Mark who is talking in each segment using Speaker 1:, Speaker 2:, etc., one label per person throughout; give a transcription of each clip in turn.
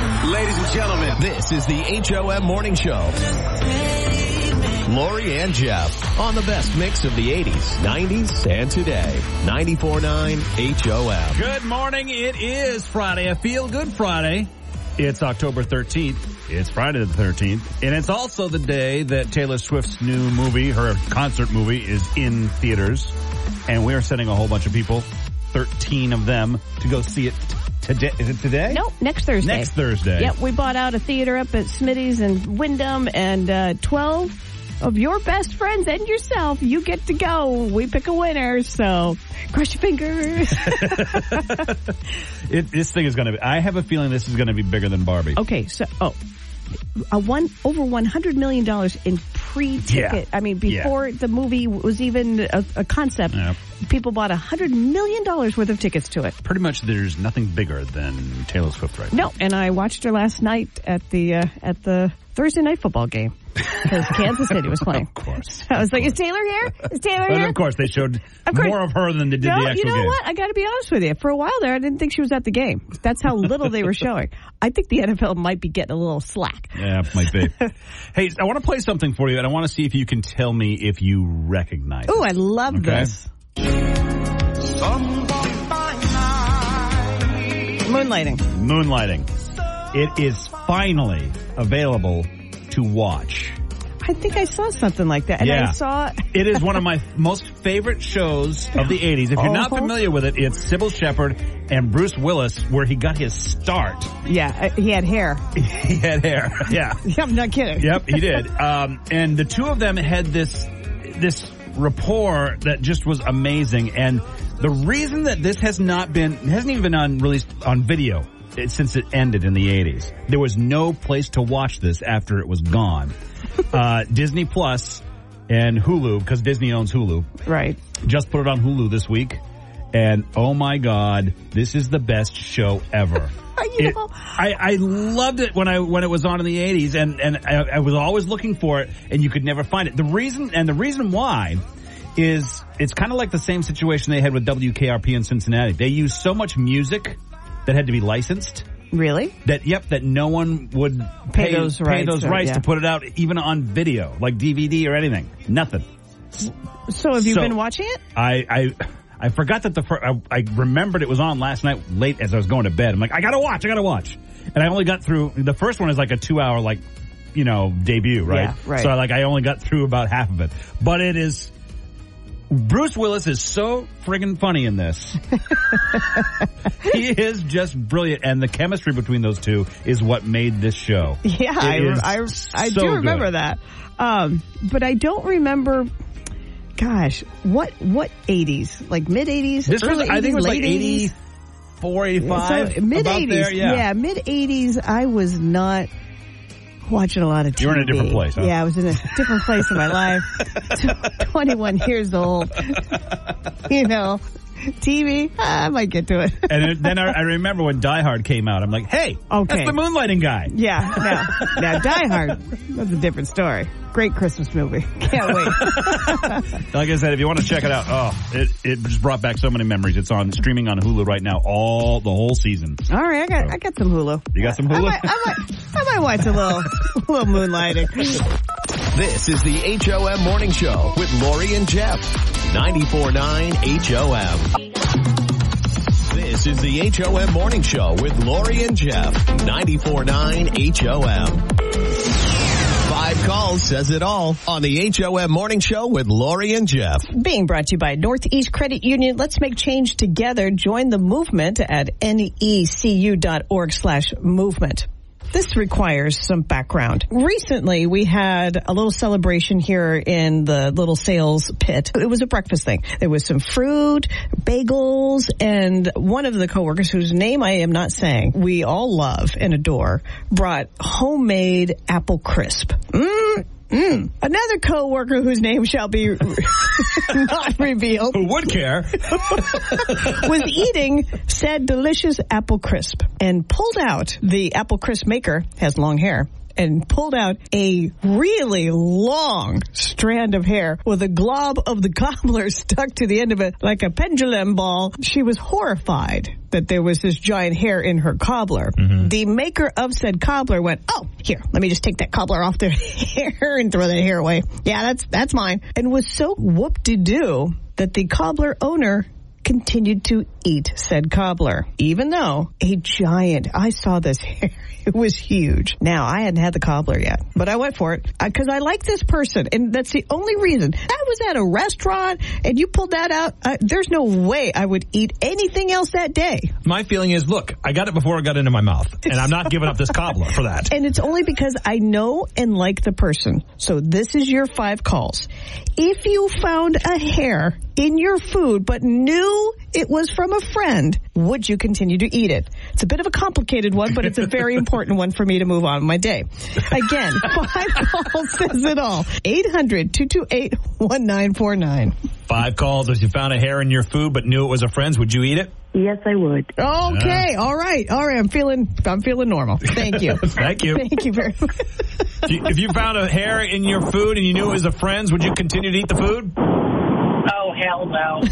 Speaker 1: and gentlemen, this is the HOM Morning Show. Lori and Jeff on the best mix of the 80s, 90s, and today. 94.9 HOM.
Speaker 2: Good morning. It is Friday, a feel good Friday. It's October 13th. It's Friday the 13th. And it's also the day that Taylor Swift's new movie, her concert movie, is in theaters. And we are sending a whole bunch of people, 13 of them, to go see it t- today. Is it today?
Speaker 3: Nope, next Thursday.
Speaker 2: Next Thursday.
Speaker 3: Yep, we bought out a theater up at Smitty's and Wyndham, and uh, 12 of your best friends and yourself, you get to go. We pick a winner, so cross your fingers.
Speaker 2: It, this thing is going to be, I have a feeling this is going to be bigger than Barbie.
Speaker 3: okay, so, oh. A one over one hundred million dollars in pre-ticket.
Speaker 2: Yeah.
Speaker 3: I mean,
Speaker 2: Yeah.
Speaker 3: before the movie was even a, a concept,
Speaker 2: Yeah.
Speaker 3: people bought a hundred million dollars worth of tickets to it.
Speaker 2: Pretty much there's nothing bigger than Taylor Swift right now.
Speaker 3: No, and I watched her last night at the uh, at the Thursday night football game because Kansas City was playing.
Speaker 2: Of course.
Speaker 3: I was like, "Is Taylor here? Is Taylor
Speaker 2: But
Speaker 3: here?"
Speaker 2: of course, they showed
Speaker 3: Of course.
Speaker 2: more of her than they did
Speaker 3: No,
Speaker 2: the
Speaker 3: you
Speaker 2: actual
Speaker 3: know
Speaker 2: game.
Speaker 3: what? I got to be honest with you. For a while there, I didn't think she was at the game. That's how little they were showing. I think the NFL might be getting a little slack.
Speaker 2: Yeah, it might be. hey, I want to play something for you, and I want to see if you can tell me if you recognize
Speaker 3: Ooh,
Speaker 2: it.
Speaker 3: I love
Speaker 2: Okay.
Speaker 3: this. Moonlighting.
Speaker 2: Moonlighting. It is finally available to watch.
Speaker 3: I think I saw something like that, and
Speaker 2: Yeah.
Speaker 3: I saw.
Speaker 2: It is one of my most favorite shows of the 80s. If you're not
Speaker 3: Uh-huh.
Speaker 2: familiar with it, it's Sybil Shepherd and Bruce Willis, where he got his start.
Speaker 3: Yeah, uh, he had hair.
Speaker 2: He had hair. Yeah.
Speaker 3: I'm not kidding.
Speaker 2: Yep, he did. Um, and the two of them had this this rapport that just was amazing. And the reason that this has not been it hasn't even been on released on video it- since it ended in the eighties, there was no place to watch this after it was gone. uh, Disney Plus and Hulu because Disney owns Hulu.
Speaker 3: Right.
Speaker 2: Just put it on Hulu this week. And oh my God, this is the best show ever.
Speaker 3: You
Speaker 2: It-
Speaker 3: know,
Speaker 2: I, I loved it when I when it was on in the eighties, and and I, I was always looking for it, and you could never find it. The reason and the reason why is it's kind of like the same situation they had with WKRP in Cincinnati. They used so much music that had to be licensed
Speaker 3: really?
Speaker 2: that yep that no one would pay,
Speaker 3: Pay those
Speaker 2: pay
Speaker 3: rights,
Speaker 2: those
Speaker 3: uh,
Speaker 2: rights
Speaker 3: yeah.
Speaker 2: to put it out even on video like DVD or anything. Nothing.
Speaker 3: So have you
Speaker 2: So-
Speaker 3: been watching it?
Speaker 2: I I I forgot that the fir- I, I remembered it was on last night late as I was going to bed. I'm like, I gotta watch, I gotta watch, and I only got through the first one is like a two hour like you know debut, right?
Speaker 3: Yeah, right.
Speaker 2: So like I only got through about half of it, but it is. Bruce Willis is so friggin' funny in this. he is just brilliant, and the chemistry between those two is what made this show.
Speaker 3: Yeah,
Speaker 2: It
Speaker 3: I,
Speaker 2: is
Speaker 3: I, I
Speaker 2: so
Speaker 3: do remember
Speaker 2: good.
Speaker 3: that. Um, but I don't remember. Gosh, what what eighties? Like mid eighties?
Speaker 2: This was,
Speaker 3: early 80s,
Speaker 2: I think, it was
Speaker 3: late
Speaker 2: like 84, 85.
Speaker 3: So mid
Speaker 2: about
Speaker 3: eighties,
Speaker 2: there,
Speaker 3: mid eighties. I was not watching a lot of. TV.
Speaker 2: You were in a different place, huh?
Speaker 3: Yeah, I was in a different place in my life. Twenty one years old. you know, TV. I might get to it.
Speaker 2: And it- then I, I remember when Die Hard came out, I'm like, hey,
Speaker 3: Okay.
Speaker 2: that's the moonlighting guy.
Speaker 3: Yeah, no, now Die Hard. That's a different story. Great Christmas movie. Can't wait.
Speaker 2: Like I said, if you want to check it out, oh, it, it just brought back so many memories. It's on streaming on Hulu right now, all the whole season.
Speaker 3: All right, I got I got some Hulu.
Speaker 2: You got some
Speaker 3: I
Speaker 2: Hulu?
Speaker 3: might, I might, I might watch a little, a little moonlighting.
Speaker 1: This is the HOM Morning Show with Lori and Jeff. 94.9 HOM. This is the HOM Morning Show with Lori and Jeff. 94.9 HOM. Five calls says it all on the HOM Morning Show with Lori and Jeff.
Speaker 3: Being brought to you by Northeast Credit Union. Let's make change together. Join the movement at necu.org slash movement. This requires some background. Recently, we had a little celebration here in the little sales pit. It was a breakfast thing. There was some fruit, bagels, and one of the coworkers whose name I am not saying, we all love and adore, brought homemade apple crisp. Mm, mm. Another coworker whose name shall be not revealed
Speaker 2: Who would care?
Speaker 3: was eating said delicious apple crisp and pulled out the apple crisp maker has long hair and pulled out a really long strand of hair with a glob of the gobbler stuck to the end of it like a pendulum ball. She was horrified that there was this giant hair in her cobbler. The maker of said cobbler went, "Oh, here, let me just take that cobbler off their hair and throw that hair away. Yeah, that's that's mine." And was so whoop de doo that the cobbler owner continued to eat said cobbler, even though a giant. I saw this hair; it was huge. Now I hadn't had the cobbler yet, but I went for it because I like this person, and that's the only reason. I was at a restaurant, and you pulled that out. I, there's no way I would eat anything else that day.
Speaker 4: My feeling is, look, I got it before it got into my mouth, and I'm not giving up this cobbler for that.
Speaker 3: And it's only because I know and like the person. So this is your five calls. If you found a hair in your food but knew it was from a friend, would you continue to eat it? It's a bit of a complicated one, but it's a very important one for me to move on my day. Again, five calls says it all. 800-228-1949.
Speaker 4: Five calls if you found a hair in your food but knew it was a friend's. Would you eat it?
Speaker 5: Yes, I would.
Speaker 3: Okay. All right. All right. I'm feeling, I'm feeling normal. Thank you.
Speaker 4: Thank you.
Speaker 3: Thank you very much.
Speaker 4: If you- if you found a hair in your food and you knew it was a friend's, would you continue to eat the food?
Speaker 5: Oh, hell no.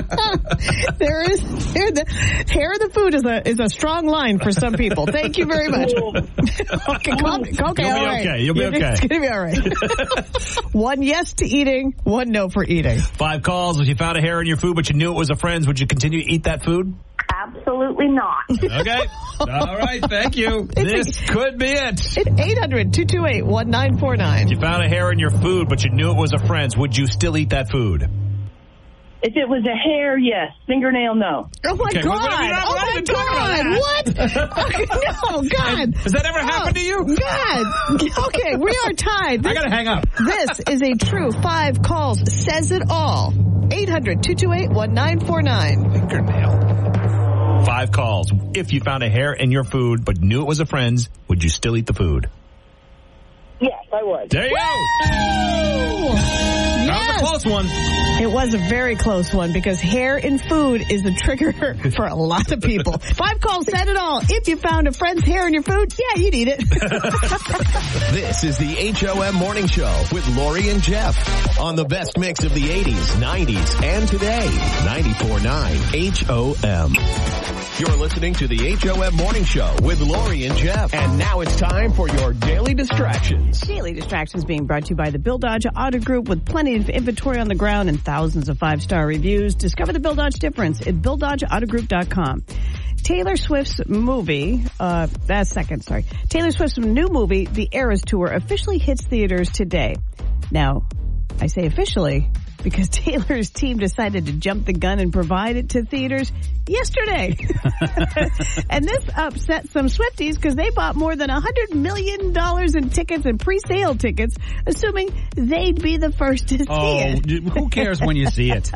Speaker 3: there is there, the hair of the food is a is a strong line for some people. Thank you very much. okay, calm, okay, all
Speaker 4: be
Speaker 3: right.
Speaker 4: okay. You'll be
Speaker 3: It's
Speaker 4: okay.
Speaker 3: gonna be all right. one yes to eating, one no for eating.
Speaker 4: Five calls if you found a hair in your food but you knew it was a friend's. Would you continue to eat that food?
Speaker 5: Absolutely not.
Speaker 4: Okay. All right. Thank you. This could be it.
Speaker 3: It's 800-228-1949.
Speaker 4: You found a hair in your food, but you knew it was a friend's. Would you still eat that food?
Speaker 5: If it was a hair, yes. Fingernail, no.
Speaker 3: Oh my
Speaker 4: Okay,
Speaker 3: god!
Speaker 4: well, what are we not
Speaker 3: oh
Speaker 4: allowed
Speaker 3: my
Speaker 4: to talk about
Speaker 3: god!
Speaker 4: that?
Speaker 3: What? Okay, no, God! Oh,
Speaker 4: Has that ever happened to you?
Speaker 3: God! Okay, we are tied.
Speaker 4: I
Speaker 3: This
Speaker 4: gotta hang up.
Speaker 3: This is a true five calls says it all. 800 228 1949.
Speaker 4: Fingernail. Five calls. If you found a hair in your food but knew it was a friend's, would you still eat the food?
Speaker 5: Yes, I would.
Speaker 4: There you go. That was a close one.
Speaker 3: It was a very close one because hair in food is a trigger for a lot of people. Five calls said it all. If you found a friend's hair in your food, yeah, you'd eat it.
Speaker 1: This is the HOM Morning Show with Lori and Jeff on the best mix of the 80s, 90s, and today. 94.9 HOM. You're listening to the HOM Morning Show with Lori and Jeff. And now it's time for your daily distractions.
Speaker 3: Daily Distractions being brought to you by the Bill Dodge Auto Group with plenty of inventory on the ground and thousands of five-star reviews. Discover the Bill Dodge difference at BillDodgeAutoGroup.com. Taylor Swift's movie, uh, that's second, sorry. Taylor Swift's new movie, The Eras Tour, officially hits theaters today. Now, I say officially because Taylor's team decided to jump the gun and provide it to theaters yesterday. and this upset some Swifties because they bought more than $100 million in tickets and pre-sale tickets, assuming they'd be the first to see
Speaker 2: Oh,
Speaker 3: it.
Speaker 2: who cares when you see it?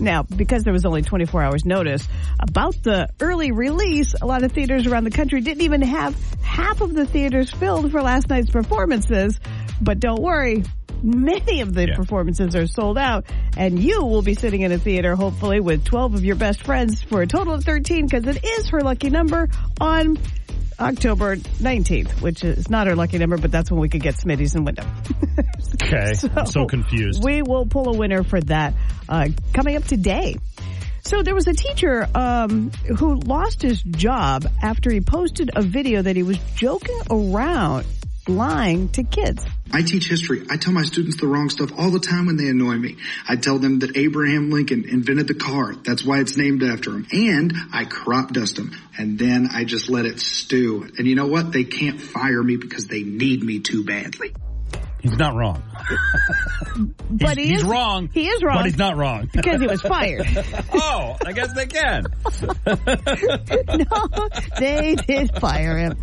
Speaker 3: Now, because there was only 24 hours notice about the early release, a lot of theaters around the country didn't even have half of the theaters filled for last night's performances. But don't worry, many of the
Speaker 2: Yeah.
Speaker 3: performances are sold out and you will be sitting in a theater hopefully with 12 of your best friends for a total of 13 because it is her lucky number on October 19th, which is not her lucky number, but that's when we could get Smitty's and Wyndham.
Speaker 2: Okay. I'm so confused.
Speaker 3: We will pull a winner for that uh, coming up today. So there was a teacher um, who lost his job after he posted a video that he was joking around, lying to kids.
Speaker 6: I teach history. I tell my students the wrong stuff all the time when they annoy me. I tell them that Abraham Lincoln invented the car. That's why it's named after him. And I crop dust them. And then I just let it stew. And you know what? They can't fire me because they need me too badly.
Speaker 2: He's not wrong. he's,
Speaker 3: But he
Speaker 2: he's
Speaker 3: is
Speaker 2: wrong.
Speaker 3: He is wrong
Speaker 2: But he's not wrong.
Speaker 3: because he was fired.
Speaker 2: oh, I guess they can.
Speaker 3: no, they did fire him.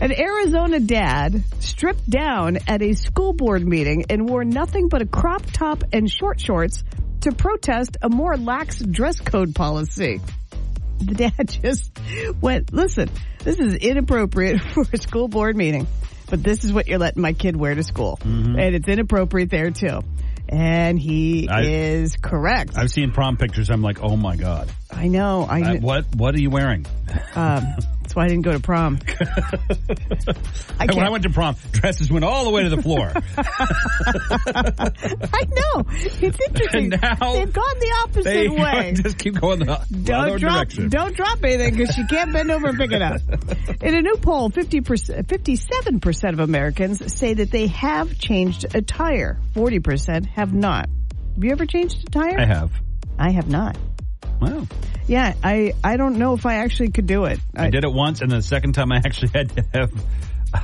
Speaker 3: An Arizona dad stripped down at a school board meeting and wore nothing but a crop top and short shorts to protest a more lax dress code policy. The dad just went, listen, this is inappropriate for a school board meeting, but this is what you're letting my kid wear to school. And it's inappropriate there too. And he
Speaker 2: I-
Speaker 3: is correct. I,
Speaker 2: I've seen prom pictures. I'm like, oh my god.
Speaker 4: Uh,
Speaker 3: know. I,
Speaker 2: I, what What are you wearing?
Speaker 3: um, That's why I didn't go to prom. I
Speaker 2: And when I
Speaker 3: can't.
Speaker 2: went to prom, dresses went all the way to the floor.
Speaker 3: I know. It's interesting.
Speaker 2: And now
Speaker 3: They've gone the opposite
Speaker 2: they
Speaker 3: way.
Speaker 2: just keep going the
Speaker 3: Don't
Speaker 2: other
Speaker 3: drop,
Speaker 2: direction.
Speaker 3: don't drop anything because you can't bend over and pick it up. In a new poll, 50%, 57% of Americans say that they have changed attire. 40% have not. Have you ever changed attire?
Speaker 2: I have.
Speaker 3: I have not.
Speaker 2: Wow.
Speaker 3: Yeah, I, I don't know if I actually could do it.
Speaker 2: I did it once, and the second time I actually had to have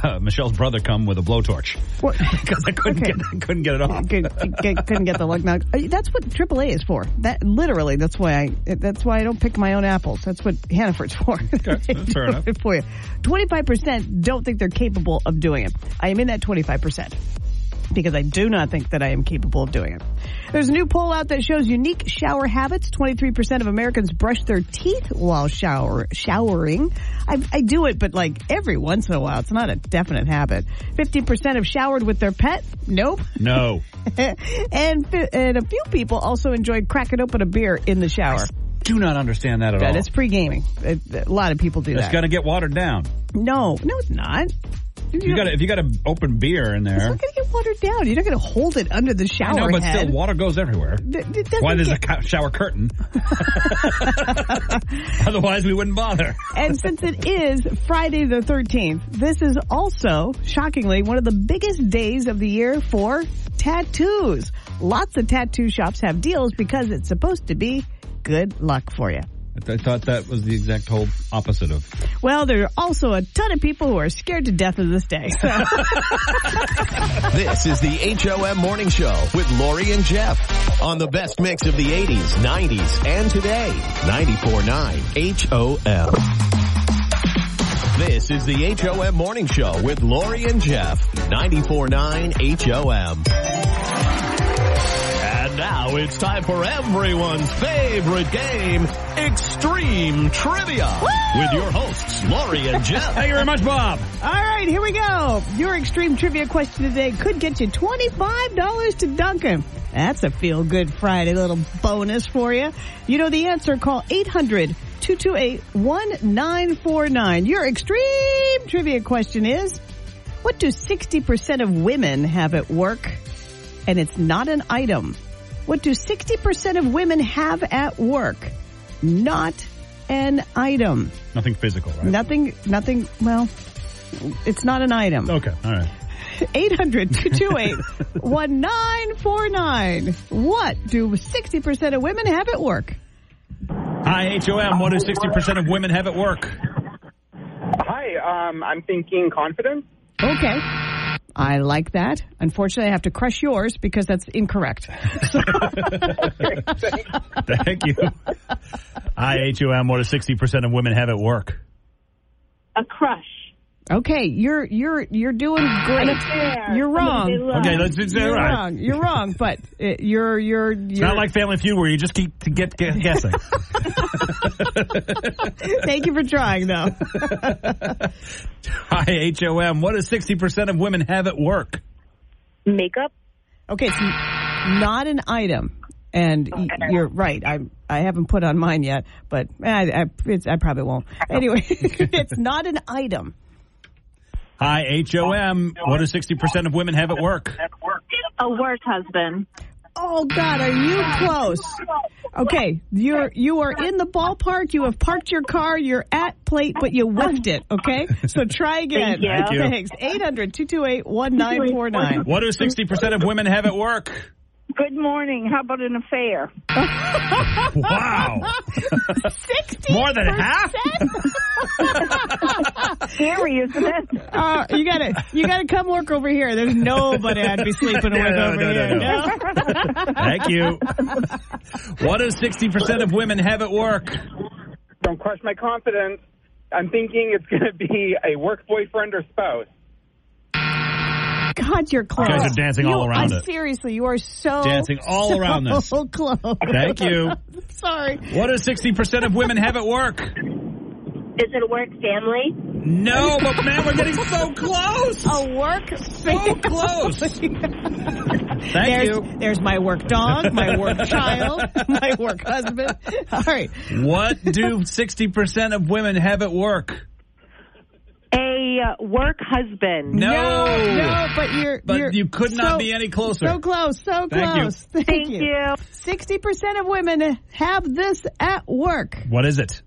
Speaker 2: uh, Michelle's brother come with a blowtorch
Speaker 3: Well,
Speaker 2: because I couldn't
Speaker 3: Okay.
Speaker 2: get I couldn't get it off.
Speaker 3: could, could, couldn't get the lug nut. Uh, That's what AAA is for. That literally, that's why I that's why I don't pick my own apples. That's what Hannaford's for.
Speaker 2: fair enough.
Speaker 3: They do it for you. Twenty five percent don't think they're capable of doing it. I am in that twenty five percent because I do not think that I am capable of doing it. There's a new poll out that shows unique shower habits. 23% of Americans brush their teeth while shower showering. I, I do it, but like every once in a while. It's not a definite habit. 50% have showered with their pet. Nope
Speaker 2: No,
Speaker 3: and fi- and a few people also enjoyed cracking open a beer in the shower.
Speaker 2: do not understand that at all.
Speaker 3: That is pre gaming. A, a lot of people do
Speaker 2: It's
Speaker 3: that.
Speaker 2: gonna get watered down.
Speaker 3: no, no, it's not.
Speaker 2: You got if you got an open beer in
Speaker 3: It's
Speaker 2: there.
Speaker 3: not going to get watered down. You're not going to hold it under the shower
Speaker 2: I know, but
Speaker 3: head.
Speaker 2: still, water goes everywhere.
Speaker 3: Th- it doesn't
Speaker 2: Why there's a
Speaker 3: get-
Speaker 2: co- shower curtain? Otherwise, we wouldn't bother.
Speaker 3: and since it is Friday the 13th, this is also, shockingly, one of the biggest days of the year for tattoos. Lots of tattoo shops have deals because it's supposed to be good luck for you.
Speaker 2: I thought that was the exact whole opposite of.
Speaker 3: Well, there are also a ton of people who are scared to death of this day. So.
Speaker 1: This is the HOM Morning Show with Lori and Jeff on the best mix of the 80s, 90s, and today. 94.9 HOM. This is the HOM Morning Show with Lori and Jeff. 94.9 HOM. And now it's time for everyone's favorite game, Extreme Trivia, with your hosts, Lori and Jeff.
Speaker 2: Thank you very much, Bob.
Speaker 3: All right, here we go. Your extreme trivia question today could get you $25 to Dunkin'. That's a feel good Friday little bonus for you. You know the answer, call 800 228 1949. Your extreme trivia question is What do 60% of women have at work? And it's not an item. What do 60% of women have at work? Not an item.
Speaker 2: Nothing physical, right?
Speaker 3: Nothing, nothing, well, it's not an item.
Speaker 2: Okay, all right.
Speaker 3: 800 228 1949. What do 60% of women have at work?
Speaker 2: Hi, HOM. What do 60% of women have at work?
Speaker 7: Hi, um, I'm thinking confidence.
Speaker 3: Okay. I like that. Unfortunately, I have to crush yours because that's incorrect.
Speaker 2: Thank you. Hi, HOM. What do 60% of women have at work?
Speaker 5: A crush.
Speaker 3: Okay, you're you're you're doing
Speaker 5: An
Speaker 3: great.
Speaker 5: affair.
Speaker 3: You're
Speaker 5: Somebody they
Speaker 3: wrong.
Speaker 5: love.
Speaker 2: Okay, let's do
Speaker 3: You're
Speaker 2: all right.
Speaker 3: wrong. You're wrong, but uh, you're you're
Speaker 2: It's
Speaker 3: you're
Speaker 2: not like Family Feud where you just keep to get, get guessing.
Speaker 3: Thank you for trying though.
Speaker 2: Hi, HOM. What does 60% of women have at work?
Speaker 5: Makeup.
Speaker 3: Okay, it's n- not an item, and y- you're right. I I haven't put on mine yet, but eh, I I, it's, I probably won't. Anyway, it's not an item.
Speaker 2: Hi, HOM. What does 60% of women have at work?
Speaker 5: A work husband.
Speaker 3: Oh God, are you close? Okay, you're you are in the ballpark. You have parked your car. You're at plate, but you whiffed it. Okay, so try again.
Speaker 5: Thank
Speaker 2: you.
Speaker 3: Thanks. 800-228-1949.
Speaker 2: What do 60% of women have at work?
Speaker 5: Good morning. How about an affair?
Speaker 2: Wow.
Speaker 3: 60
Speaker 2: More than half?
Speaker 5: Scary, isn't it?
Speaker 3: Uh, you gotta you gotta come work over here. There's nobody I'd be sleeping
Speaker 2: No,
Speaker 3: with
Speaker 2: no,
Speaker 3: over
Speaker 2: no, no,
Speaker 3: here.
Speaker 2: no.
Speaker 3: no?
Speaker 2: Thank you. What does 60% of women have at work?
Speaker 7: Don't crush my confidence. I'm thinking it's going to be a work boyfriend or spouse.
Speaker 3: God, you're close.
Speaker 2: guys are dancing all
Speaker 3: You-
Speaker 2: around
Speaker 3: uh,
Speaker 2: it.
Speaker 3: Seriously, you are so
Speaker 2: Dancing all
Speaker 3: so
Speaker 2: around this.
Speaker 3: close.
Speaker 2: Thank you.
Speaker 3: Sorry.
Speaker 2: What does 60% of women have at work?
Speaker 5: Is it a work family?
Speaker 2: No, but man, we're getting so close.
Speaker 3: A work
Speaker 2: So
Speaker 3: family.
Speaker 2: close. Thank
Speaker 3: There's,
Speaker 2: you.
Speaker 3: there's my work dog, my work child, my work husband. All right.
Speaker 2: What do 60% of women have at work?
Speaker 8: a
Speaker 5: uh,
Speaker 8: work husband.
Speaker 2: No.
Speaker 3: No, no, but you're.
Speaker 2: But
Speaker 3: you're
Speaker 2: you could not
Speaker 3: so-
Speaker 2: be any closer.
Speaker 3: So close, so
Speaker 2: Thank you.
Speaker 3: close.
Speaker 8: Thank you.
Speaker 3: Sixty percent of women have this at work.
Speaker 2: What is it?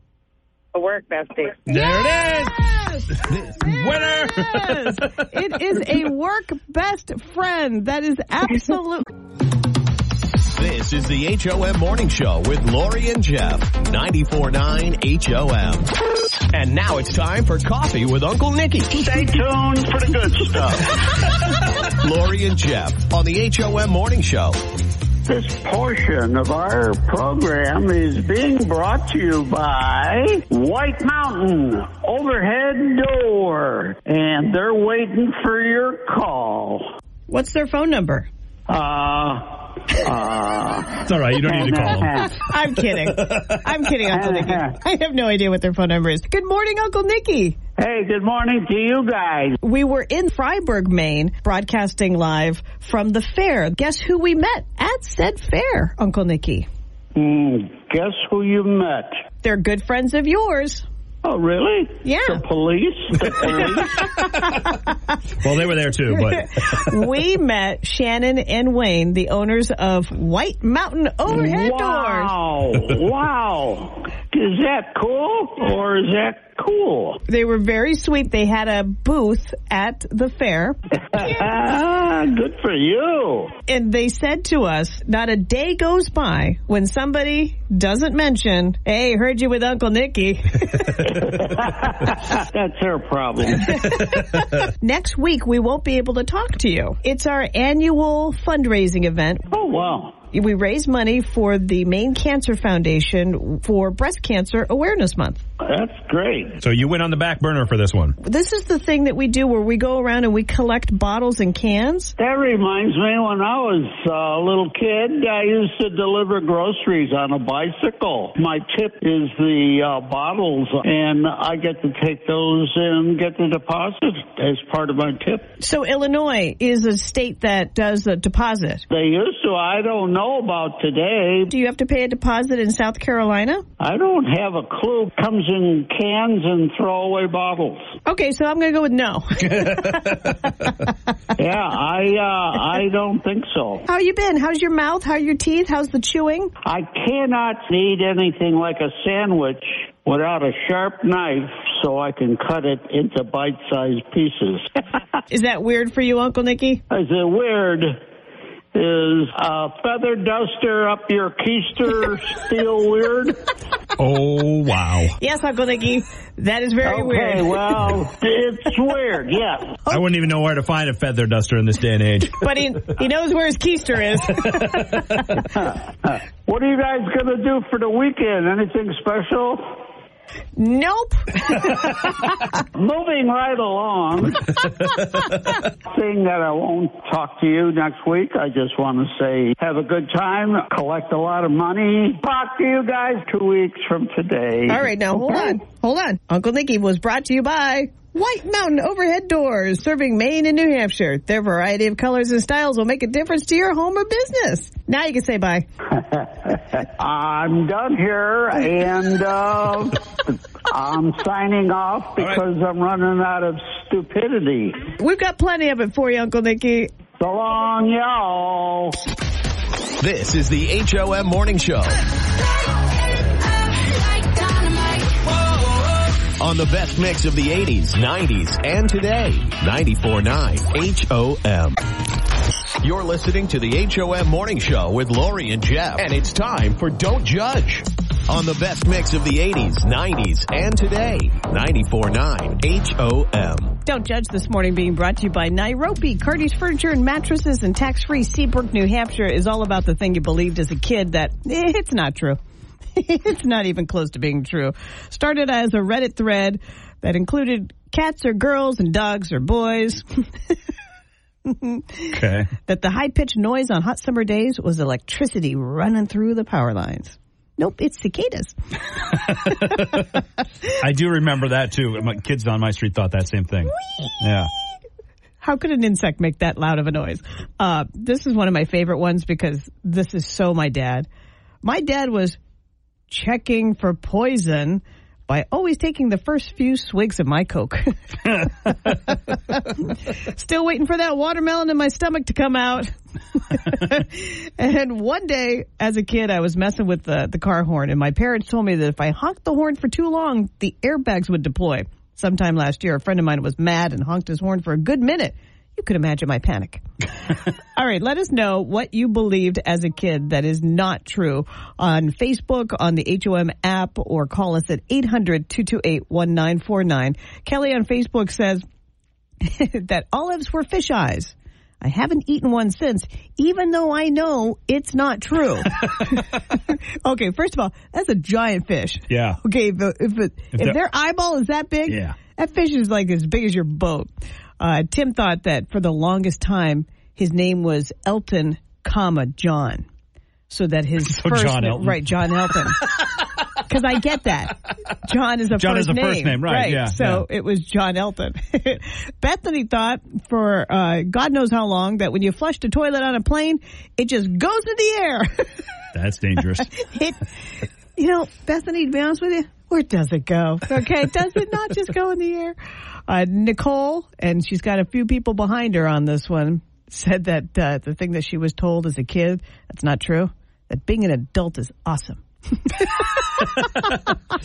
Speaker 5: A work bestie.
Speaker 2: There it is.
Speaker 3: Yes!
Speaker 2: Winner.
Speaker 3: Yes! It is a work best friend. That is absolute.
Speaker 1: This is the HOM Morning Show with Lori and Jeff. 94.9 HOM. And now it's time for Coffee with Uncle Nicky.
Speaker 9: Stay tuned for the good stuff.
Speaker 1: Lori and Jeff on the HOM Morning Show.
Speaker 9: This portion of our program is being brought to you by White Mountain Overhead Door, and they're waiting for your call.
Speaker 3: What's their phone number?
Speaker 9: Uh, uh,
Speaker 2: It's all right. You don't need to call. them.
Speaker 3: I'm kidding. I'm kidding, Uncle Nicky. I have no idea what their phone number is. Good morning, Uncle Nicky.
Speaker 9: hey, good morning to you guys.
Speaker 3: We were in Freiburg, Maine, broadcasting live from the fair. Guess who we met at said fair, Uncle Nicky?
Speaker 9: Hmm, guess who you met?
Speaker 3: They're good friends of yours.
Speaker 9: Oh, really?
Speaker 3: Yeah.
Speaker 9: The police? The police?
Speaker 2: Well, they were there too, but
Speaker 3: we met Shannon and Wayne, the owners of White Mountain Overhead Doors.
Speaker 9: wow. wow. Is that cool or is that cool?
Speaker 3: They were very sweet. They had a booth at the fair
Speaker 9: Ah, good for you.
Speaker 3: and they said to us, not a day goes by when somebody doesn't mention, hey, heard you with Uncle Nicky.
Speaker 9: That's her problem.
Speaker 3: Next week, we won't be able to talk to you. It's our annual fundraising event.
Speaker 9: oh, wow.
Speaker 3: We raise money for the Maine Cancer Foundation for Breast Cancer Awareness Month.
Speaker 9: That's great.
Speaker 4: so you went on the back burner for this one.
Speaker 3: This is the thing that we do where we go around and we collect bottles and cans.
Speaker 9: That reminds me when I was uh, a little kid, I used to deliver groceries on a bicycle. My tip is the uh, bottles, and I get to take those and get the deposit as part of my tip.
Speaker 3: So Illinois is a state that does a deposit.
Speaker 9: They used to. I don't know about today.
Speaker 3: Do you have to pay a deposit in South Carolina?
Speaker 9: I don't have a clue. Comes in cans and throwaway bottles.
Speaker 3: Okay, so I'm going to go with no.
Speaker 9: Yeah, I uh, I don't think so.
Speaker 3: How you been? How's your mouth? How are your teeth? How's the chewing?
Speaker 9: I cannot eat anything like a sandwich without a sharp knife so I can cut it into bite-sized pieces.
Speaker 3: Is that weird for you, Uncle Nicky?
Speaker 9: Is it weird? Is a feather duster up your keister still weird?
Speaker 4: Oh wow!
Speaker 3: Yes, Uncle Nicky. That is very weird.
Speaker 9: Okay, well, it's weird. Yes.
Speaker 3: Oh.
Speaker 4: I wouldn't even know where to find a feather duster in this day and age.
Speaker 3: but he, he knows where his keister is.
Speaker 9: What are you guys gonna do for the weekend? Anything special?
Speaker 3: nope.
Speaker 9: Moving right along, seeing that I won't talk to you next week, I just want to say have a good time, collect a lot of money. Talk to you guys two weeks from today.
Speaker 3: All right, now hold on. Hold on. Uncle Nicky was brought to you by White Mountain Overhead Doors, serving Maine and New Hampshire. Their variety of colors and styles will make a difference to your home or business. Now you can say bye.
Speaker 9: I'm done here, and uh, I'm signing off because I'm running out of stupidity.
Speaker 3: We've got plenty of it for you, Uncle Nicky.
Speaker 9: So long, y'all.
Speaker 1: This is the HOM Morning Show. On the best mix of the 80s, 90s, and today, 94.9 HOM. You're listening to the HOM Morning Show with Lori and Jeff, and it's time for Don't Judge. On the best mix of the 80s, 90s, and today, 94.9 HOM.
Speaker 3: Don't Judge this morning being brought to you by Nairobi. Cardi's Furniture and Mattresses and Tax Free Seabrook, New Hampshire is all about the thing you believed as a kid that eh, it's not true. it's not even close to being true. Started as a Reddit thread that included cats are girls and dogs are boys.
Speaker 2: Okay.
Speaker 3: that the high pitched noise on hot summer days was electricity running through the power lines. Nope, it's cicadas.
Speaker 2: I do remember that too. My kids on my street thought that same thing. Yeah.
Speaker 3: How could an insect make that loud of a noise? Uh, this is one of my favorite ones because this is so my dad. My dad was checking for poison by always taking the first few swigs of my Coke. Still waiting for that watermelon in my stomach to come out. and one day, as a kid, I was messing with the, the car horn, and my parents told me that if I honked the horn for too long, the airbags would deploy. Sometime last year, a friend of mine was mad and honked his horn for a good minute. You could imagine my panic. All right, let us know what you believed as a kid that is not true on Facebook, on the HOM app, or call us at 800 228 1949. Kelly on Facebook says that olives were fish eyes. I haven't eaten one since, even though I know it's not true. okay, first of all, that's a giant fish.
Speaker 2: Yeah.
Speaker 3: Okay, but if, it, if,
Speaker 2: they're-
Speaker 3: their eyeball is that big,
Speaker 2: Yeah.
Speaker 3: that fish is like as big as your boat. Uh, Tim thought that for the longest time, his name was Elton, comma John, so that his
Speaker 2: So
Speaker 3: first
Speaker 2: John
Speaker 3: na-
Speaker 2: Elton.
Speaker 3: right John Elton. Because I get that John is a
Speaker 2: John
Speaker 3: first
Speaker 2: is a
Speaker 3: name,
Speaker 2: first name, right, yeah,
Speaker 3: so it was John Elton. Bethany thought for uh, God knows how long that when you flush the toilet on a plane, it just goes in the air.
Speaker 2: That's dangerous.
Speaker 3: it, you know, Bethany, to be honest with you, where does it go? Okay, does it not just go in the air? Uh, Nicole, and she's got a few people behind her on this one, said that uh, the thing that she was told as a kid, that's not true, that being an adult is awesome.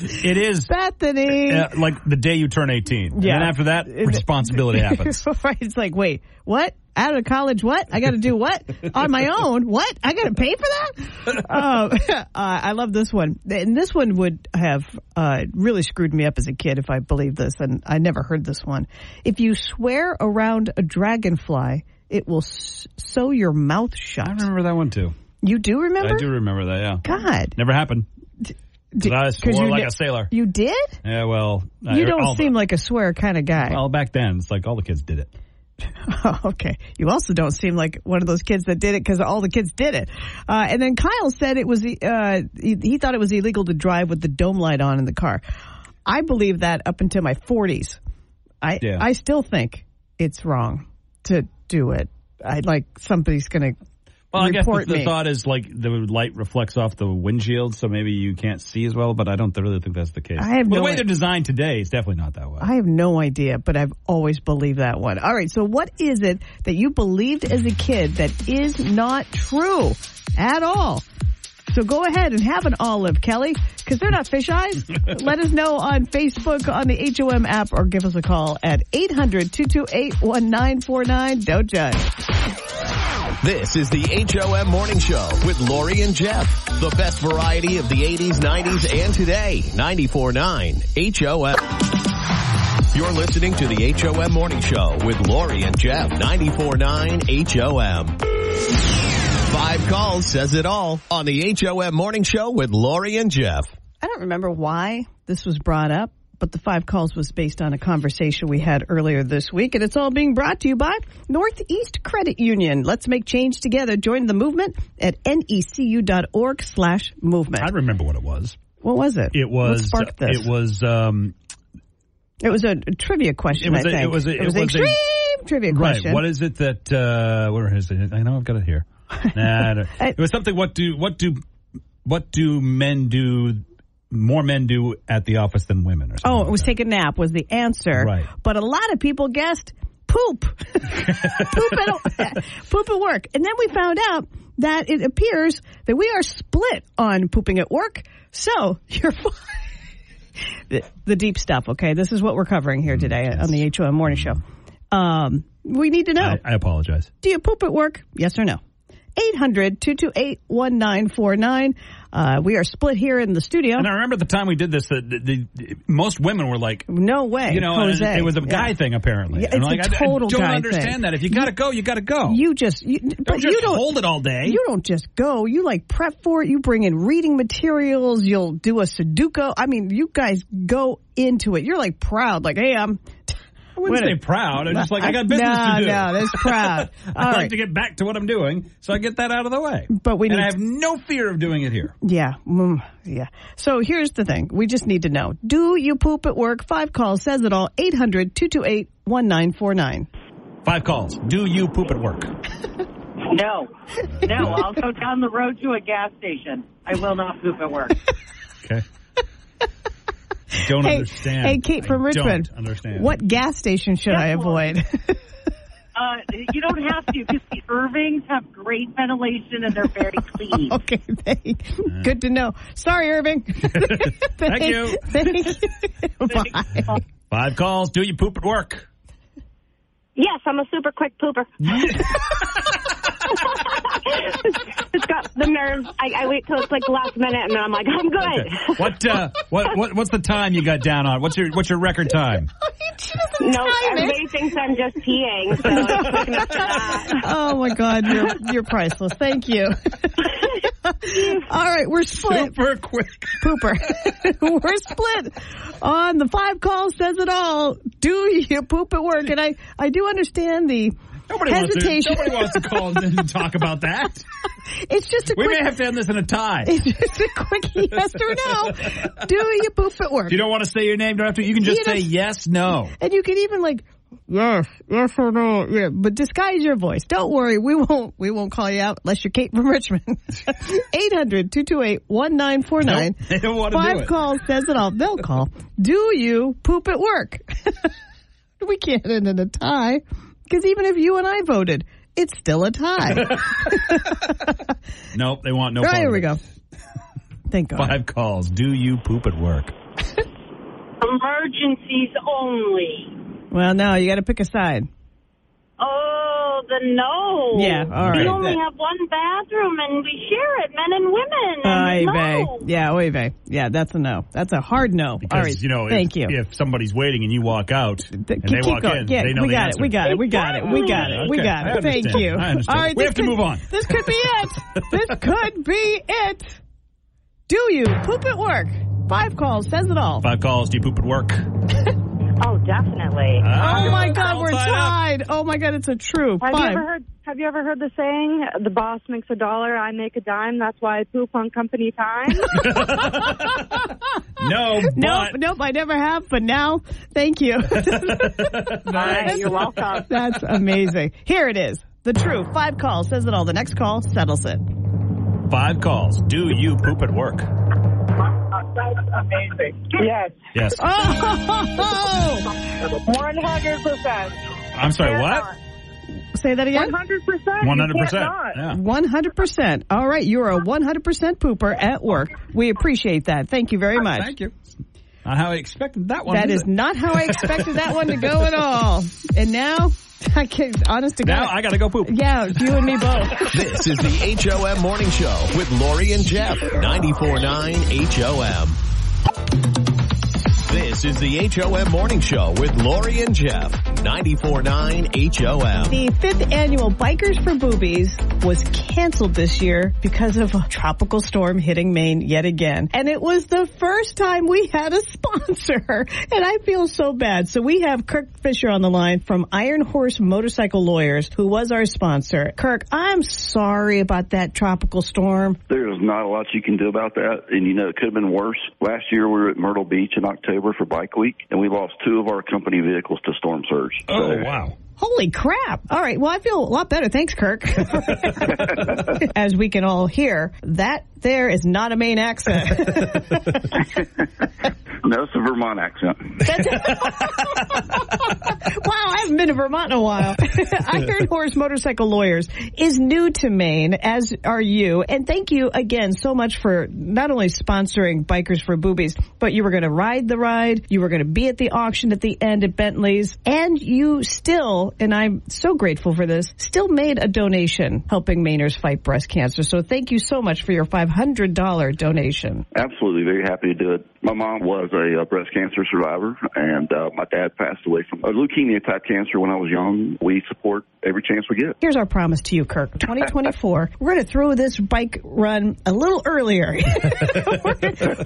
Speaker 2: it is
Speaker 3: Bethany!
Speaker 2: uh, like the day you turn 18. And
Speaker 3: Yeah.
Speaker 2: then after that, responsibility happens.
Speaker 3: right, it's like, wait, what? Out of college, what? I got to do what on my own? What? I got to pay for that? Uh, uh, I love this one, and this one would have uh, really screwed me up as a kid if I believed this, and I never heard this one. If you swear around a dragonfly, it will s- sew your mouth shut.
Speaker 2: I remember that one too.
Speaker 3: you do remember?
Speaker 2: I do remember that, yeah.
Speaker 3: God,
Speaker 2: Never happened.
Speaker 3: D-
Speaker 2: I
Speaker 3: 'cause
Speaker 2: swore
Speaker 3: you
Speaker 2: like
Speaker 3: ne-
Speaker 2: a sailor.
Speaker 3: You did?
Speaker 2: Yeah, well. I-
Speaker 3: You don't
Speaker 2: all-
Speaker 3: seem like a swear kind of guy.
Speaker 2: Well, back then, it's like all the kids did it.
Speaker 3: okay. You also don't seem like one of those kids that did it because all the kids did it. Uh, and then Kyle said it was uh, he, he thought it was illegal to drive with the dome light on in the car. I believe that up until my 40s. I
Speaker 2: Yeah.
Speaker 3: I still think it's wrong to do it. I like somebody's going to
Speaker 2: Well, I guess the,
Speaker 3: report
Speaker 2: the
Speaker 3: me.
Speaker 2: thought is like the light reflects off the windshield, so maybe you can't see as well. But I don't really think that's the case.
Speaker 3: I have
Speaker 2: well,
Speaker 3: no
Speaker 2: the way
Speaker 3: i-
Speaker 2: they're designed today is definitely not that way.
Speaker 3: I have no idea, but I've always believed that one. All right, so what is it that you believed as a kid that is not true at all? So go ahead and have an olive, Kelly, because they're not fish eyes. Let us know on Facebook, on the HOM app, or give us a call at 800 228 1949. Don't judge.
Speaker 1: This is the HOM Morning Show with Lori and Jeff. The best variety of the 80s, 90s, and today. 94.9 HOM. You're listening to the HOM Morning Show with Lori and Jeff. 94.9 HOM. Five calls says it all on the HOM Morning Show with Lori and Jeff.
Speaker 3: I don't remember why this was brought up, but the five calls was based on a conversation we had earlier this week, and it's all being brought to you by Northeast Credit Union. Let's make change together. Join the movement at E necu.org slash
Speaker 2: I
Speaker 3: movement.
Speaker 2: remember what it was.
Speaker 3: What was it?
Speaker 2: It was. uh,
Speaker 3: What sparked this?
Speaker 2: It was. Um,
Speaker 3: It was a trivia question,
Speaker 2: It was
Speaker 3: I
Speaker 2: a-
Speaker 3: think.
Speaker 2: it was a- it
Speaker 3: an
Speaker 2: was a-
Speaker 3: extreme trivia
Speaker 2: right.
Speaker 3: question.
Speaker 2: What is it that? Uh, where is it? I know I've got it here. Nah, I don't-
Speaker 3: I-
Speaker 2: it was something. What do what do what do men do? More men do at the office than women, or something.
Speaker 3: Oh,
Speaker 2: like
Speaker 3: it was
Speaker 2: that.
Speaker 3: take a nap was the answer.
Speaker 2: Right.
Speaker 3: But a lot of people guessed poop. poop, at, poop at work. And then we found out that it appears that we are split on pooping at work. So you're fine. The, the deep stuff, okay? This is what we're covering here today on the HOM Morning Show. Um, we need to know.
Speaker 2: Mm, I, I apologize.
Speaker 3: Do you poop at work? Yes or no? 800 228 1949. Uh, We are split here in the studio.
Speaker 2: And I remember at the time we did this, that the, the, most women were like,
Speaker 3: No way.
Speaker 2: you know, and
Speaker 3: Jose.
Speaker 2: it was a
Speaker 3: Yeah.
Speaker 2: guy thing apparently.
Speaker 3: Yeah,
Speaker 2: And
Speaker 3: it's
Speaker 2: I'm
Speaker 3: a
Speaker 2: like, I-
Speaker 3: total
Speaker 2: I don't
Speaker 3: guy
Speaker 2: understand
Speaker 3: thing.
Speaker 2: that. If you gotta go, you gotta go.
Speaker 3: You just, you, but
Speaker 2: don't just
Speaker 3: you don't
Speaker 2: hold it all day.
Speaker 3: You don't just go. You like prep for it. You bring in reading materials. You'll do a Sudoku. I mean, you guys go into it. You're like proud. Like, hey, I'm.
Speaker 2: I wouldn't
Speaker 3: Wait
Speaker 2: stay
Speaker 3: a-
Speaker 2: proud. I'm just like I got business
Speaker 3: no,
Speaker 2: to do.
Speaker 3: No, that's proud.
Speaker 2: I
Speaker 3: All
Speaker 2: like
Speaker 3: right.
Speaker 2: to get back to what I'm doing, so I get that out of the way.
Speaker 3: But we
Speaker 2: and
Speaker 3: need
Speaker 2: I have no fear of doing it here.
Speaker 3: Yeah, mm, yeah. So here's the thing. We just need to know. Do you poop at work? Five calls says it all. 800-228-1949.
Speaker 2: Five calls. Do you poop at work?
Speaker 8: No, no. I'll go down the road to a gas station. I will not poop at work.
Speaker 2: Okay. Don't
Speaker 3: hey,
Speaker 2: understand.
Speaker 3: hey, Kate from
Speaker 2: I don't
Speaker 3: Richmond.
Speaker 2: understand.
Speaker 3: What gas station should I
Speaker 8: That's one.
Speaker 3: avoid?
Speaker 8: Uh, you don't have to because the Irvings have great ventilation and they're very clean.
Speaker 3: okay, thank- good to know. Sorry, Irving. thank
Speaker 2: you.
Speaker 3: Thank you. Bye.
Speaker 2: Five calls. Do you poop at work?
Speaker 10: Yes, I'm a super quick pooper. it's got the nerves. I, I wait till it's like the last minute, and then I'm like, I'm good.
Speaker 2: What uh, what what what's the time you got down on? What's your what's your record time?
Speaker 3: She doesn't
Speaker 10: No,
Speaker 3: time it.
Speaker 10: everybody thinks I'm just peeing, so it's quick enough for that.
Speaker 3: Oh my God, you're you're priceless. Thank you. All right, we're split.
Speaker 2: Super quick.
Speaker 3: Pooper. we're split on the five calls says it all. Do you poop at work? And I I do understand the
Speaker 2: Nobody
Speaker 3: hesitation.
Speaker 2: Wants to, nobody wants to call and talk about that.
Speaker 3: it's just a
Speaker 2: We
Speaker 3: quick.
Speaker 2: may have to end this in a tie. If
Speaker 3: it's just a quick yes or no. Do you poop at work?
Speaker 2: you don't want to say your name, don't have to. You can just
Speaker 3: You
Speaker 2: say
Speaker 3: don't-
Speaker 2: yes, no.
Speaker 3: and you can even like yes, yes or no, yeah, but disguise your voice. Don't worry, we won't we won't call you out unless you're Kate from Richmond. 800-228-1949.
Speaker 2: Nope, they don't wanna do
Speaker 3: Five
Speaker 2: it.
Speaker 3: calls says it all. They'll call. Do you poop at work? we can't end in a tie because even if you and I voted, it's still a tie.
Speaker 2: Nope, they want no.
Speaker 3: All right,
Speaker 2: part
Speaker 3: here
Speaker 2: of
Speaker 3: we
Speaker 2: it.
Speaker 3: go. Thank God.
Speaker 2: Five calls. Do you poop at work?
Speaker 8: Emergencies only.
Speaker 3: Well, now you got to pick a side.
Speaker 10: Oh, the no.
Speaker 3: Yeah, all
Speaker 10: We
Speaker 3: right.
Speaker 10: only have one bathroom, and we share it, men and women.
Speaker 3: Oy
Speaker 10: and
Speaker 3: vey.
Speaker 10: no.
Speaker 3: Yeah, oy vey. Yeah, that's a no. That's a hard no.
Speaker 2: Because
Speaker 3: All right.
Speaker 2: you know,
Speaker 3: thank
Speaker 2: if,
Speaker 3: you.
Speaker 2: if somebody's waiting and you walk out and
Speaker 3: Th-
Speaker 2: they
Speaker 3: keep
Speaker 2: walk
Speaker 3: going.
Speaker 2: in,
Speaker 3: Yeah,
Speaker 2: they know
Speaker 3: we
Speaker 2: the
Speaker 10: got
Speaker 3: got
Speaker 2: answer.
Speaker 3: it. We got it. We got it. We got it. We
Speaker 2: Okay,
Speaker 3: got
Speaker 2: I
Speaker 3: it. Thank
Speaker 2: understand.
Speaker 3: you.
Speaker 2: I understand.
Speaker 3: All right,
Speaker 2: We
Speaker 3: this
Speaker 2: have to
Speaker 3: could-
Speaker 2: move on.
Speaker 3: This could be it. This could be it. Do you poop at work? Five calls says it all.
Speaker 2: Five calls. Do you poop at work? Ah,
Speaker 10: Oh, definitely.
Speaker 3: Oh my God,
Speaker 2: all
Speaker 3: we're
Speaker 2: tied up.
Speaker 3: tied. Oh my God, it's a true.
Speaker 10: Have
Speaker 3: Five.
Speaker 10: you ever heard? Have you ever heard the saying, "The boss makes a dollar, I make a dime"? That's why I poop on company time.
Speaker 2: No,
Speaker 3: Nope,
Speaker 2: but
Speaker 3: nope, I never have, but now, thank you.
Speaker 10: All right, you're welcome.
Speaker 3: That's amazing. Here it is. The true. Five calls says it all. The next call settles it.
Speaker 2: five calls. Do you poop at work?
Speaker 7: That's amazing.
Speaker 5: Yes,
Speaker 2: Yes.
Speaker 3: Oh!
Speaker 5: one hundred percent.
Speaker 2: I'm sorry. What?
Speaker 3: Say that again.
Speaker 5: hundred percent.
Speaker 2: One hundred percent.
Speaker 3: 100%. All right, you're a 100% pooper at work. We appreciate that. Thank you very much.
Speaker 2: Thank you. Not how I expected that one.
Speaker 3: That
Speaker 2: was
Speaker 3: is
Speaker 2: it?
Speaker 3: not how I expected that one to go at all. And now, I can't, honest to
Speaker 2: Now
Speaker 3: God.
Speaker 2: I gotta go poop.
Speaker 3: yeah, you and me both.
Speaker 1: This is the HOM Morning Show with Lori and Jeff. 94.9 HOM. This is the HOM Morning Show with Lori and Jeff. 94.9 HOM.
Speaker 3: The fifth annual Bikers for Boobies was canceled this year because of a tropical storm hitting Maine yet again. And it was the first time we had a sponsor. And I feel so bad. So we have Kirk Fisher on the line from Iron Horse Motorcycle Lawyers, who was our sponsor. Kirk, I'm sorry about that tropical storm.
Speaker 9: There's not a lot you can do about that, and you know it could have been worse. Last year we were at Myrtle Beach in October for Bike Week, and we lost two of our company vehicles to storm surge.
Speaker 2: Oh
Speaker 9: So-
Speaker 2: wow.
Speaker 3: Holy crap. All right. Well, I feel a lot better. Thanks, Kirk. As we can all hear, that there is not a Maine accent.
Speaker 9: No, it's a Vermont accent.
Speaker 3: Wow, I haven't been to Vermont in a while. Iron Horse Motorcycle Lawyers is new to Maine, as are you. And thank you again so much for not only sponsoring Bikers for Boobies, but you were going to ride the ride, you were going to be at the auction at the end at Bentley's, and you still, and I'm so grateful for this, still made a donation helping Mainers fight breast cancer. So thank you so much for your $500 donation.
Speaker 9: Absolutely, very happy to do it. My mom was a uh, breast cancer survivor, and uh, my dad passed away from a leukemia type cancer when I was young. We support every chance we get.
Speaker 3: Here's our promise to you, Kirk. 2024, we're going to throw this bike run a little earlier. We're gonna- we're-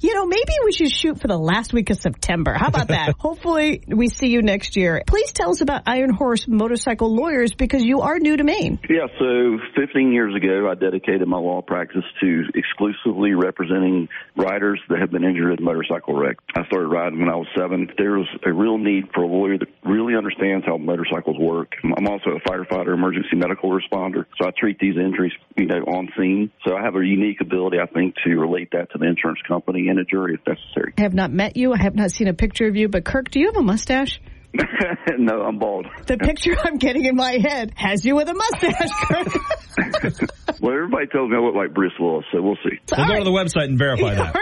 Speaker 3: you know, maybe we should shoot for the last week of September. How about that? Hopefully, we see you next year. Please tell us about Iron Horse Motorcycle Lawyers because you are new to Maine.
Speaker 9: Yeah, so 15 years ago, I dedicated my law practice to exclusively representing riders that have been injured. injured in a motorcycle wreck. I started riding when I was seven. There's a real need for a lawyer that really understands how motorcycles work. I'm also a firefighter, emergency medical responder, so I treat these injuries, you know, on scene. So I have a unique ability, I think, to relate that to the insurance company and a jury if necessary.
Speaker 3: I have not met you. I have not seen a picture of you. But Kirk, do you have a mustache?
Speaker 9: no, I'm bald.
Speaker 3: The picture I'm getting in my head has you with a mustache, Kirk.
Speaker 9: well, everybody tells me I look like Bruce Willis, so we'll see.
Speaker 11: We'll go to the website and verify that.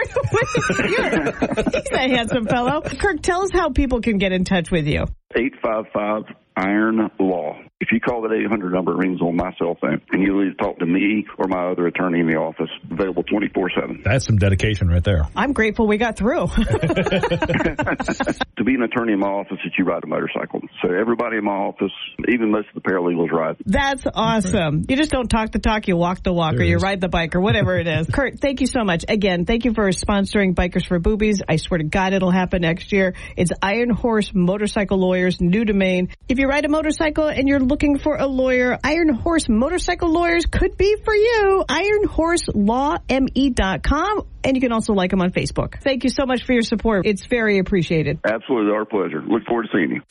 Speaker 3: He's a handsome fellow. Kirk, tell us how people can get in touch with you.
Speaker 9: 855 Iron Law. If you call that 800 number, it rings on my cell phone, and you either talk to me or my other attorney in the office, available 24 7.
Speaker 11: That's some dedication right there.
Speaker 3: I'm grateful we got through.
Speaker 9: To be an attorney in my office, that you ride a motorcycle. So everybody in my office, even most of the paralegals, ride.
Speaker 3: That's awesome. You just don't talk the talk, you walk the walk, or you ride the bike, or whatever it is. Kurt, thank you so much. Again, thank you for sponsoring Bikers for Boobies. I swear to God, it'll happen next year. It's Iron Horse Motorcycle Lawyers, new domain. If you ride a motorcycle and you're looking for a lawyer, Iron Horse Motorcycle Lawyers could be for you. IronHorseLawME.com. E And you can also like them on Facebook. Thank you so much for your support. It's very appreciated.
Speaker 9: Absolutely, our pleasure. Look forward to seeing you.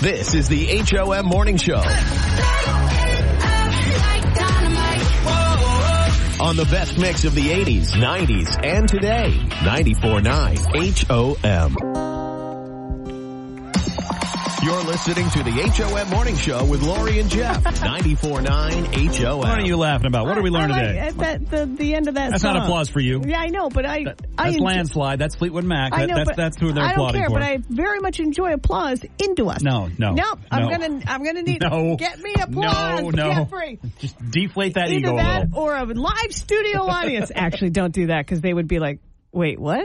Speaker 1: This is the HOM Morning Show. On the best mix of the 80s, 90s, and today, 94.9 HOM. You're listening to the HOM Morning Show with Lori and Jeff. 94.9 HOM.
Speaker 2: What are you laughing about? What did we learn
Speaker 3: I like
Speaker 2: today?
Speaker 3: At that, the, the end of that
Speaker 2: That's not
Speaker 3: song.
Speaker 2: applause for you.
Speaker 3: Yeah, I know, but I. I
Speaker 2: That's
Speaker 3: enjoy-
Speaker 2: landslide. That's Fleetwood Mac.
Speaker 3: I
Speaker 2: That,
Speaker 3: know,
Speaker 2: that's
Speaker 3: but
Speaker 2: that's who they're
Speaker 3: I don't
Speaker 2: applauding
Speaker 3: care,
Speaker 2: for.
Speaker 3: but I very much enjoy applause into us.
Speaker 2: No, no,
Speaker 3: Nope, I'm
Speaker 2: no.
Speaker 3: gonna, I'm gonna need
Speaker 2: No.
Speaker 3: Get me applause,
Speaker 2: No, no.
Speaker 3: Jeffrey.
Speaker 2: Just deflate that
Speaker 3: Either
Speaker 2: ego a
Speaker 3: that
Speaker 2: little.
Speaker 3: or a live studio audience. Actually, don't do that because they would be like, "Wait, what?"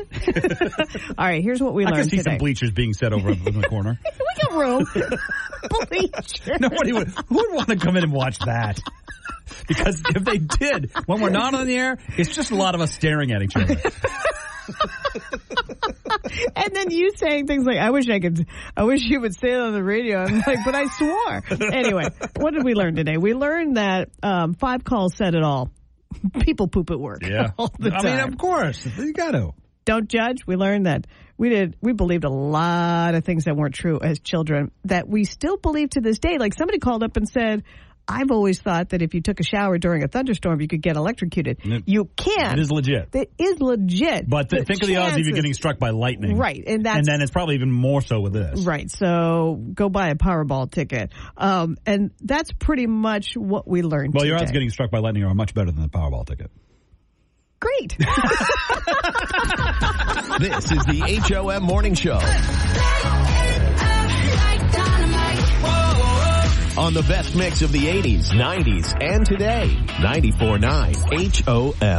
Speaker 3: All right, here's what we
Speaker 2: I
Speaker 3: learned
Speaker 2: can see
Speaker 3: today.
Speaker 2: some bleachers being set over in the corner.
Speaker 3: we got room. Bleachers.
Speaker 2: Nobody would, who would want to come in and watch that? Because if they did, when we're not on the air, it's just a lot of us staring at each other.
Speaker 3: and then you saying things like, "I wish I could, I wish you would say it on the radio." I'm like, "But I swore." anyway, what did we learn today? We learned that um, five calls said it all. People poop at work.
Speaker 2: Yeah.
Speaker 3: all the
Speaker 2: I
Speaker 3: time.
Speaker 2: mean, of course. You got to.
Speaker 3: Don't judge. We learned that we did. We believed a lot of things that weren't true as children that we still believe to this day. Like somebody called up and said. I've always thought that if you took a shower during a thunderstorm, you could get electrocuted.
Speaker 2: It-
Speaker 3: you can.
Speaker 2: It is legit.
Speaker 3: It is legit.
Speaker 2: But th- think of the odds of you
Speaker 3: chances-
Speaker 2: getting struck by lightning.
Speaker 3: Right, and that's-
Speaker 2: and then it's probably even more so with this.
Speaker 3: Right. So go buy a Powerball ticket. Um, and that's pretty much what we learned.
Speaker 2: Well, your
Speaker 3: today.
Speaker 2: odds of getting struck by lightning are much better than the Powerball ticket.
Speaker 3: great.
Speaker 1: This is the HOM Morning Show. On the best mix of the 80s, 90s, and today, 94.9 HOM.